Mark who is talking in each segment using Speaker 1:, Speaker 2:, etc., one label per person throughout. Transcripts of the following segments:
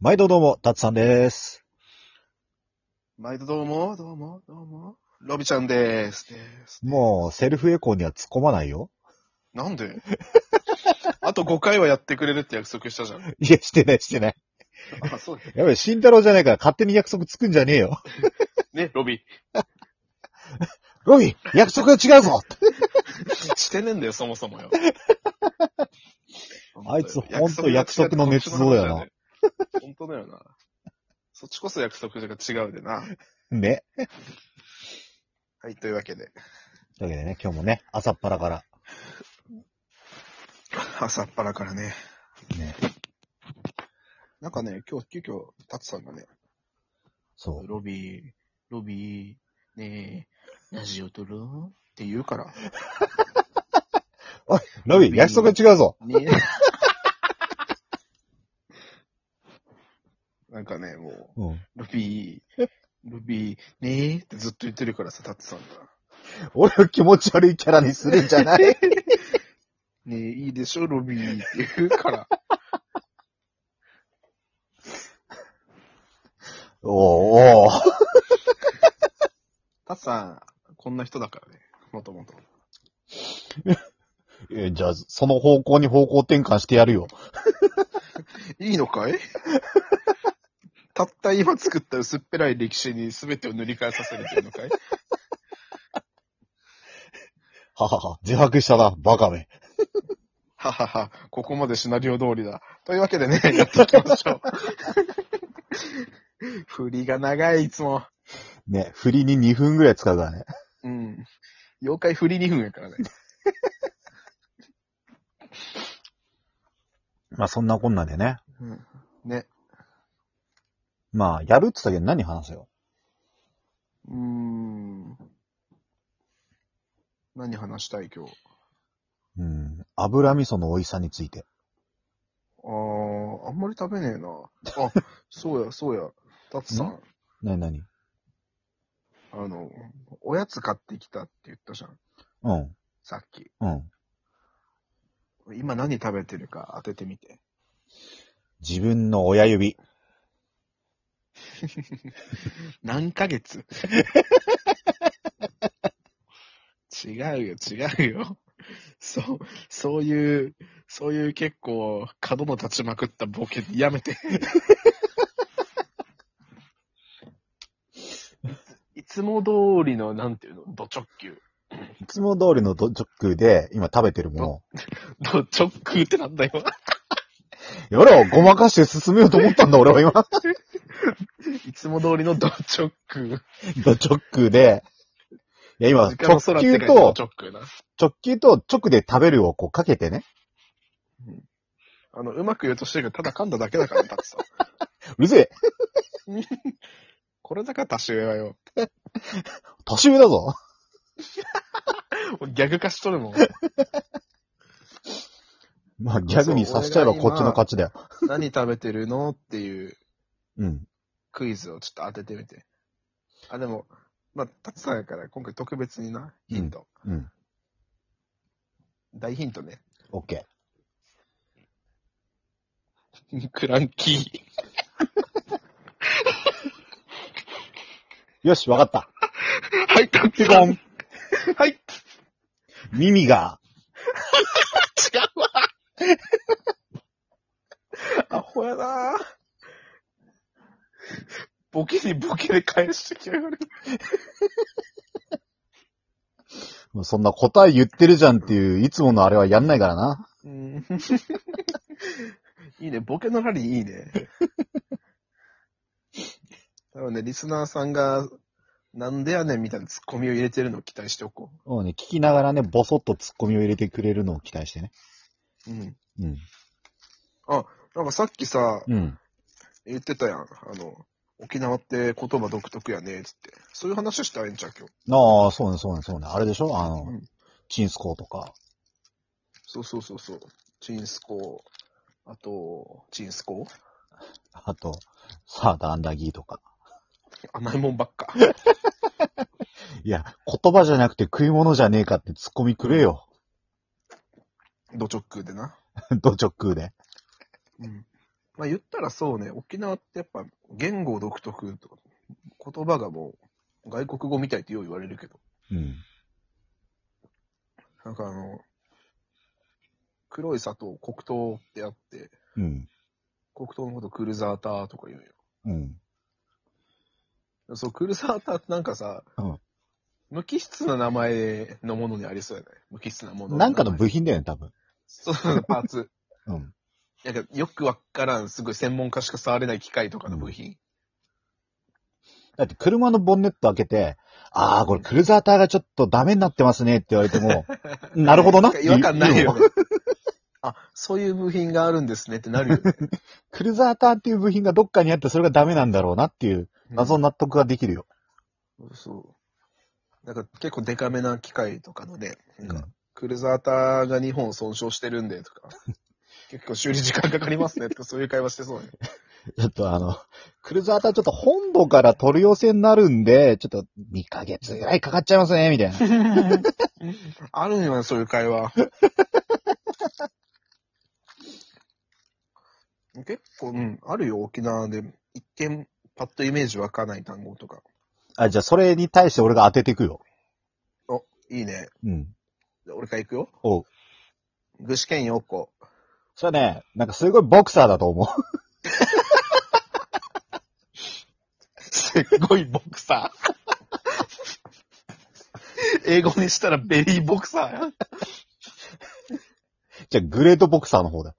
Speaker 1: 毎度どうも、たつさんです。
Speaker 2: 毎度どうも、どうも、どうも。ロビちゃんでーす。です
Speaker 1: もう、セルフエコーには突っ込まないよ。
Speaker 2: なんで あと5回はやってくれるって約束したじゃん。
Speaker 1: いや、してない、してない。
Speaker 2: あ、そう
Speaker 1: やべえ、慎太郎じゃないから勝手に約束つくんじゃねえよ。
Speaker 2: ね、ロビ。
Speaker 1: ロビー約束が違うぞ
Speaker 2: してねえんだよ、そもそもよ。
Speaker 1: あいつほんと約束の捏造だよな。
Speaker 2: 本当だよな。そっちこそ約束が違うでな。
Speaker 1: ね。
Speaker 2: はい、というわけで。
Speaker 1: というわけでね、今日もね、朝っぱらから。
Speaker 2: 朝っぱらからね。
Speaker 1: ね。
Speaker 2: なんかね、今日急遽、タツさんがね、
Speaker 1: そう。
Speaker 2: ロビー、ロビー、ねえ、ラジオ撮るって言うから。
Speaker 1: ロビー約束が違うぞ
Speaker 2: ね なんかね、もう、
Speaker 1: うん。
Speaker 2: ルビー、ルビー、ねえってずっと言ってるからさ、タツさんが。
Speaker 1: 俺を気持ち悪いキャラにするんじゃない
Speaker 2: ねえ、いいでしょ、ルビーって言うから。
Speaker 1: おーおー
Speaker 2: タツさん、こんな人だからね、もともと。
Speaker 1: えじゃあ、その方向に方向転換してやるよ。
Speaker 2: いい のかいたった今作った薄っぺらい歴史に全てを塗り替えさせるっていうのかい
Speaker 1: ははは、自白したな、バカめ。
Speaker 2: ははは、ここまでシナリオ通りだ。というわけでね、 やっていきましょう。振りが長い、いつも。
Speaker 1: ね、振りに2分ぐらい使うからね。
Speaker 2: うん。妖怪振り2分やからね。
Speaker 1: まあ、そんなこんなでね。
Speaker 2: うん。ね。
Speaker 1: まあ、やるって言ったけど何話すよ。
Speaker 2: うーん。何話したい、今日。
Speaker 1: うん。油味噌の美味しさについて。
Speaker 2: あー、あんまり食べねえな。あ、そうや、そうや。タツさん、
Speaker 1: なになに
Speaker 2: あの、おやつ買ってきたって言ったじゃん。
Speaker 1: うん。
Speaker 2: さっき。
Speaker 1: うん。
Speaker 2: 今何食べてるか当ててみて。
Speaker 1: 自分の親指。
Speaker 2: 何ヶ月違うよ、違うよ。そう、そういう、そういう結構、角の立ちまくったボケやめて。 いつも通りの、なんていうの、ド直球。
Speaker 1: いつも通りのドジョックで今食べてるも
Speaker 2: ド直球ってなんだよ。
Speaker 1: の。やろうごまかして進めようと思ったんだ俺は今。
Speaker 2: いつも通りのド直球。
Speaker 1: ドジョックで。いや今、
Speaker 2: 時間
Speaker 1: 直
Speaker 2: の空って書い
Speaker 1: 球
Speaker 2: てド
Speaker 1: と、
Speaker 2: 直球な。
Speaker 1: 直球と直で食べるをこうかけてね。
Speaker 2: あの、うまく言うとしてるけど、ただ噛んだだけだから、たくさん。
Speaker 1: うるせえ
Speaker 2: これだから足上はよ。
Speaker 1: 年上だぞ
Speaker 2: ギャグ化しとるもん。
Speaker 1: まあ、ギャグにさしちゃえばこっちの勝ちだよ。
Speaker 2: 何食べてるのっていう
Speaker 1: うん。
Speaker 2: クイズをちょっと当ててみて。あ、でも、まあ、たくさんやから、今回特別にな、ヒント。
Speaker 1: うん。
Speaker 2: 大ヒントね。
Speaker 1: オッケ
Speaker 2: クランキ
Speaker 1: ー。よし、わかった。
Speaker 2: ー。はい、カ
Speaker 1: ピコン。
Speaker 2: はい、違
Speaker 1: 耳が、
Speaker 2: うわ。 アホやなボケにボケで返してきやがる。
Speaker 1: もうそんな答え言ってるじゃんっていう、いつものあれはやんないからな。
Speaker 2: うん いいね、ボケのラリーいいね。多分ね、リスナーさんが、なんでやねんみたいなツッコミを入れてるのを期待しておこ
Speaker 1: もうね、聞きながらね、ボソッとツッコミを入れてくれるのを期待してね。
Speaker 2: う。うん。
Speaker 1: うん。
Speaker 2: なんかさっきさ、
Speaker 1: うん。
Speaker 2: 言ってたやん。あの、沖縄って言葉独特やね、つって。そういう話したらええんちゃう今日。
Speaker 1: ああ、そうね、そうね、そうね。あれでしょあの、
Speaker 2: うん
Speaker 1: チンスコーとか。
Speaker 2: そうそうそうそう。チンスコあと、チンスコ
Speaker 1: あと、サーターアンダギーとか。
Speaker 2: 甘いもんばっか。
Speaker 1: いや、言葉じゃなくて食い物じゃねえかってツッコミくれよ。
Speaker 2: ド直球でな。
Speaker 1: ド直空で。
Speaker 2: うん。まあ言ったらそうね、沖縄ってやっぱ言語独特とか、言葉がもう外国語みたいってよう言われるけど、
Speaker 1: うん。
Speaker 2: なんかあの、黒い砂糖、黒糖ってあって、
Speaker 1: うん。
Speaker 2: 黒糖のことクルザーターとか言うん
Speaker 1: うん。
Speaker 2: よ。そう、クルザーターってなんかさ、
Speaker 1: うん
Speaker 2: 無機質な名前のものにありそうやない無機質なもの。
Speaker 1: なんかの部品だよね、多分。
Speaker 2: そう、パーツ。
Speaker 1: うん。
Speaker 2: なんかよくわからん、すごい専門家しか触れない機械とかの部品。
Speaker 1: だって車のボンネット開けて、あー、これクルーザーターがちょっとダメになってますねって言われて も、なるほどなって
Speaker 2: ん
Speaker 1: い
Speaker 2: か
Speaker 1: う。
Speaker 2: 違和感ないよ
Speaker 1: 言う
Speaker 2: ね。あ、そういう部品があるんですねってなるよね。
Speaker 1: クルーザーターっていう部品がどっかにあってそれがダメなんだろうなっていう 謎の納得ができるよ。
Speaker 2: うんそう。なんか結構デカめな機械とかのね、なん
Speaker 1: う
Speaker 2: か
Speaker 1: ん
Speaker 2: クルーザーターが2本損傷してるんでと か、結構修理時間かかりますねとかそういう会話してそ うね。
Speaker 1: ちょっとあの、クルーザーターちょっと本土から取り寄せになるんで、ちょっと2ヶ月ぐらいかかっちゃいますね、みたいな。
Speaker 2: あるんよ、そういう会 話。結構、うん、あるよ、沖縄で。一見、パッとイメージ湧かない単語とか。
Speaker 1: あ、じゃあそれに対して俺が当てていくよ。
Speaker 2: お、いいね。
Speaker 1: うん。
Speaker 2: じゃあ俺から行くよ。
Speaker 1: おう。
Speaker 2: 具志堅用子。
Speaker 1: それはね、なんかすごいボクサーだと思う。
Speaker 2: すっごいボクサー。英語にしたらベリーボクサーや。
Speaker 1: じゃあグレートボクサーの方だ。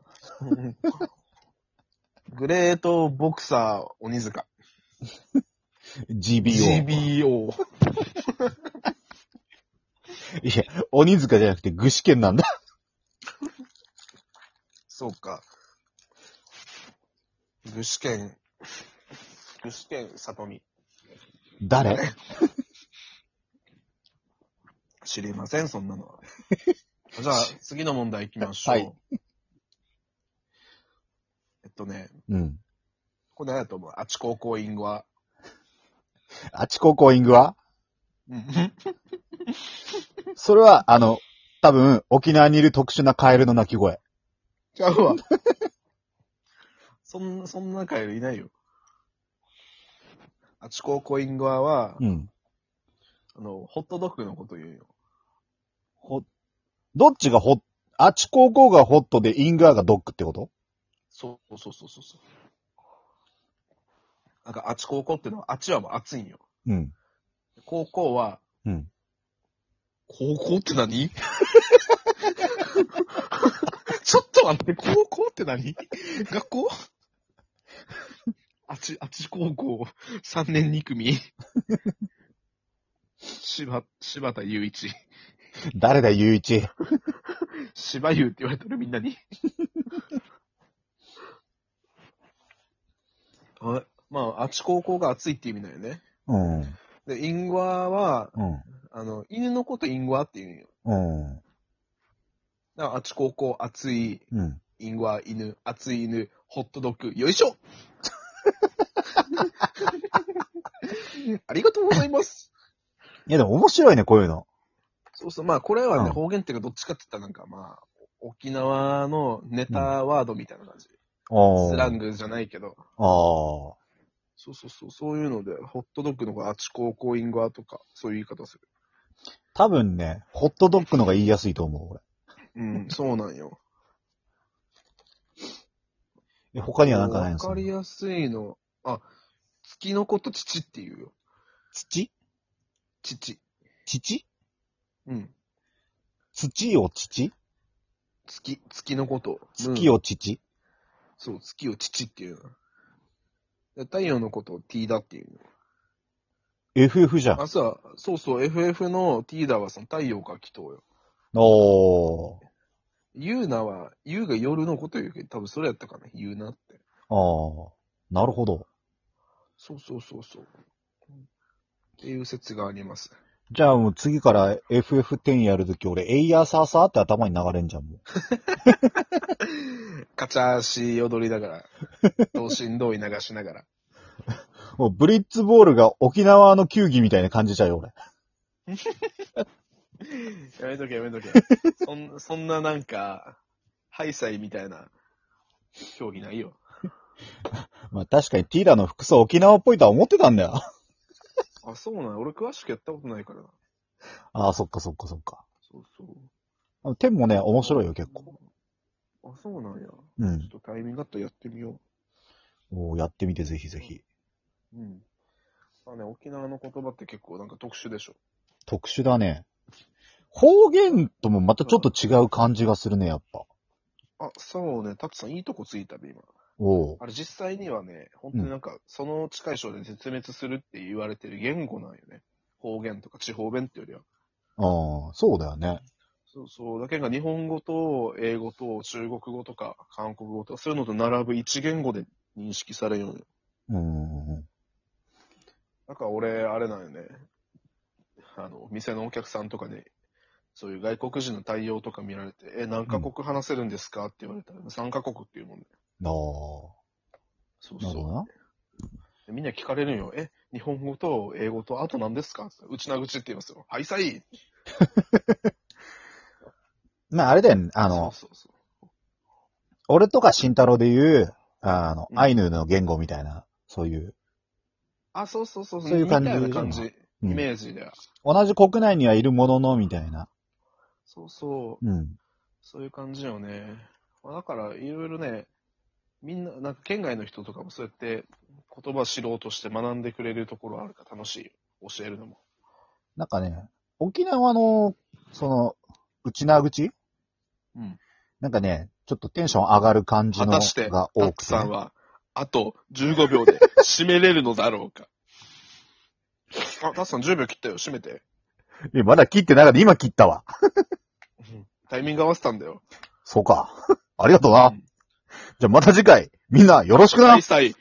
Speaker 2: グレートボクサー鬼塚。
Speaker 1: GBO。
Speaker 2: GBO。
Speaker 1: いや、鬼塚じゃなくて具志堅なんだ。
Speaker 2: そうか。具志堅、具志堅里美。
Speaker 1: 誰
Speaker 2: 知りません、そんなのは。じゃあ、次の問題行きましょう。
Speaker 1: はい
Speaker 2: えっとね、
Speaker 1: うん。
Speaker 2: これ何やと思うあち高校インゴは。
Speaker 1: あちこコーイングはそれは、あの、多分、沖縄にいる特殊なカエルの鳴き声。
Speaker 2: ちゃうわ。 そんな、そんなカエルいないよ。あちこコインゴアは、
Speaker 1: うん。
Speaker 2: あの、ホットドッグのこと言うよ。
Speaker 1: ほ、どっちがホッ、あちこコーがホットでイングアがドッグってこと
Speaker 2: そうそうそうそうそう。なんか、あち高校ってのは、あちはもう暑いんよ。
Speaker 1: うん。
Speaker 2: 高校は、
Speaker 1: うん。
Speaker 2: 高校って何 ちょっと待って、高校って何学校あち、あち高校3年2組。柴、柴田雄一。
Speaker 1: 誰だ、ゆういち。
Speaker 2: 柴雄って言われてるみんなに。あまあ、あち高校が暑いって意味だよね。
Speaker 1: うん。
Speaker 2: で、インゴアは、
Speaker 1: うん。
Speaker 2: あの、犬のことインゴアって言うんよ。
Speaker 1: うん。
Speaker 2: だから、あち高校暑い、
Speaker 1: うん。
Speaker 2: インゴア犬、熱い犬、ホットドッグ、よいしょ ありがとうございます。
Speaker 1: いや、でも面白いね、こういうの。
Speaker 2: そうそう、まあこれはね、
Speaker 1: うん
Speaker 2: 方言っていうかどっちかって言ったらなんかまあ、沖縄のネタワードみたいな感じ。
Speaker 1: お
Speaker 2: スラン
Speaker 1: グ。
Speaker 2: グじゃないけど。
Speaker 1: ああ。
Speaker 2: そうそうそう、そういうので、ホットドッグの方があち高校インゴアとか、そういう言い方する。
Speaker 1: 多分ね、ホットドッグのが言いやすいと思う、俺
Speaker 2: うん、そうなんよ。
Speaker 1: え。他にはなんかないん
Speaker 2: わ
Speaker 1: ですか
Speaker 2: かりやすいの。あ、月のこと父っていうよ。
Speaker 1: 土
Speaker 2: 父。
Speaker 1: 父
Speaker 2: うん。
Speaker 1: 土を父
Speaker 2: 月、月のこと。
Speaker 1: 月を父、
Speaker 2: そう、月を父っていうな。で太陽のことを T だっていうの。
Speaker 1: ?FF じゃん。
Speaker 2: あ、さ、そうそう、FF の T だはその太陽が祈祷よ。
Speaker 1: おー。
Speaker 2: ユーナは、ユーが夜のこと言うけど、多分それやったかな、ユーナって。
Speaker 1: ああ、なるほど。
Speaker 2: そうそうそうそう。っていう説があります。
Speaker 1: じゃあもう次から FF10 やるとき俺、エイヤーサーサーって頭に流れんじゃん、も
Speaker 2: カチャーシー踊り ながら、同心同意流しながら。
Speaker 1: う。もうブリッツボールが沖縄の球技みたいな感じちゃうよ、俺。
Speaker 2: やめとけやめ とけ。そんそんななんか、ハイサイみたいな競技ないよ。
Speaker 1: まあ確かにティーラの服装沖縄っぽいとは思ってたんだ よ。
Speaker 2: あ、そうなの俺詳しくやったことないからな。
Speaker 1: ああ、そっかそっかそっか。
Speaker 2: そうそう。
Speaker 1: あの天もね、面白いよ、結構。。
Speaker 2: あ、そうなんや。
Speaker 1: う
Speaker 2: ちょ
Speaker 1: ん
Speaker 2: っ。とタイミングあったらやってみよ
Speaker 1: おーやってみて、ぜひぜひ。
Speaker 2: う。うん。まあね、沖縄の言葉って結構なんか特殊でしょ。
Speaker 1: 特殊だね。方言ともまたちょっと違う感じがするね、やっぱ。
Speaker 2: あ、そうね、タツさんいいとこついたね、今。
Speaker 1: おお。
Speaker 2: あれ実際にはね、本当になんか、その近い章で絶滅するって言われてる言語なんよね。方言とか地方弁ってよりは。
Speaker 1: ああ、そうだよね。
Speaker 2: そうそう。だけが日本語と英語と中国語とか韓国語とか、そういうのと並ぶ一言語で認識されるのよ。
Speaker 1: うーん。
Speaker 2: なんか俺、あれなんよね。あの、店のお客さんとかに、そういう外国人の対応とか見られて、え、何カ国話せるんですかって言われたら、3カ国っていうもんね。
Speaker 1: ああ、
Speaker 2: そう
Speaker 1: なるほど
Speaker 2: そ
Speaker 1: な。
Speaker 2: う。みんな聞かれるんよ。え、日本語と英語と、あと何ですかって言ったらうちなぐちって言いますよ。はいさい
Speaker 1: まあ、あれだよね。あの、
Speaker 2: そうそうそう。
Speaker 1: 俺とか慎太郎で言う、あの、
Speaker 2: うん
Speaker 1: アイヌの言語みたいな、そういう。
Speaker 2: あ、そうそうそう。
Speaker 1: そういう感じ
Speaker 2: みたいな感じ。
Speaker 1: うん
Speaker 2: イメージで。
Speaker 1: 同じ国内にはいるものの、みたいな。
Speaker 2: そうそう。
Speaker 1: うん。
Speaker 2: そういう感じよね。まあ、だから、いろいろね、みんな、なんか県外の人とかもそうやって言葉知ろうとして学んでくれるところあるから楽しいよ。教えるのも。
Speaker 1: なんかね、沖縄の、その、内縄口
Speaker 2: うん。
Speaker 1: なんかね、ちょっとテンション上がる感じの
Speaker 2: 果たして、
Speaker 1: が
Speaker 2: タ
Speaker 1: 多
Speaker 2: ッ
Speaker 1: く
Speaker 2: ツ
Speaker 1: て
Speaker 2: さ
Speaker 1: ね、
Speaker 2: んは、あと15秒で締めれるのだろうか。 あ、タッツさん10秒切ったよ。締めて。
Speaker 1: いやまだ切ってなかった。今切ったわ。
Speaker 2: タイミング合わせたんだよ。
Speaker 1: そうか。ありがとうな。じゃあまた次回、みんなよろしくな
Speaker 2: 開催。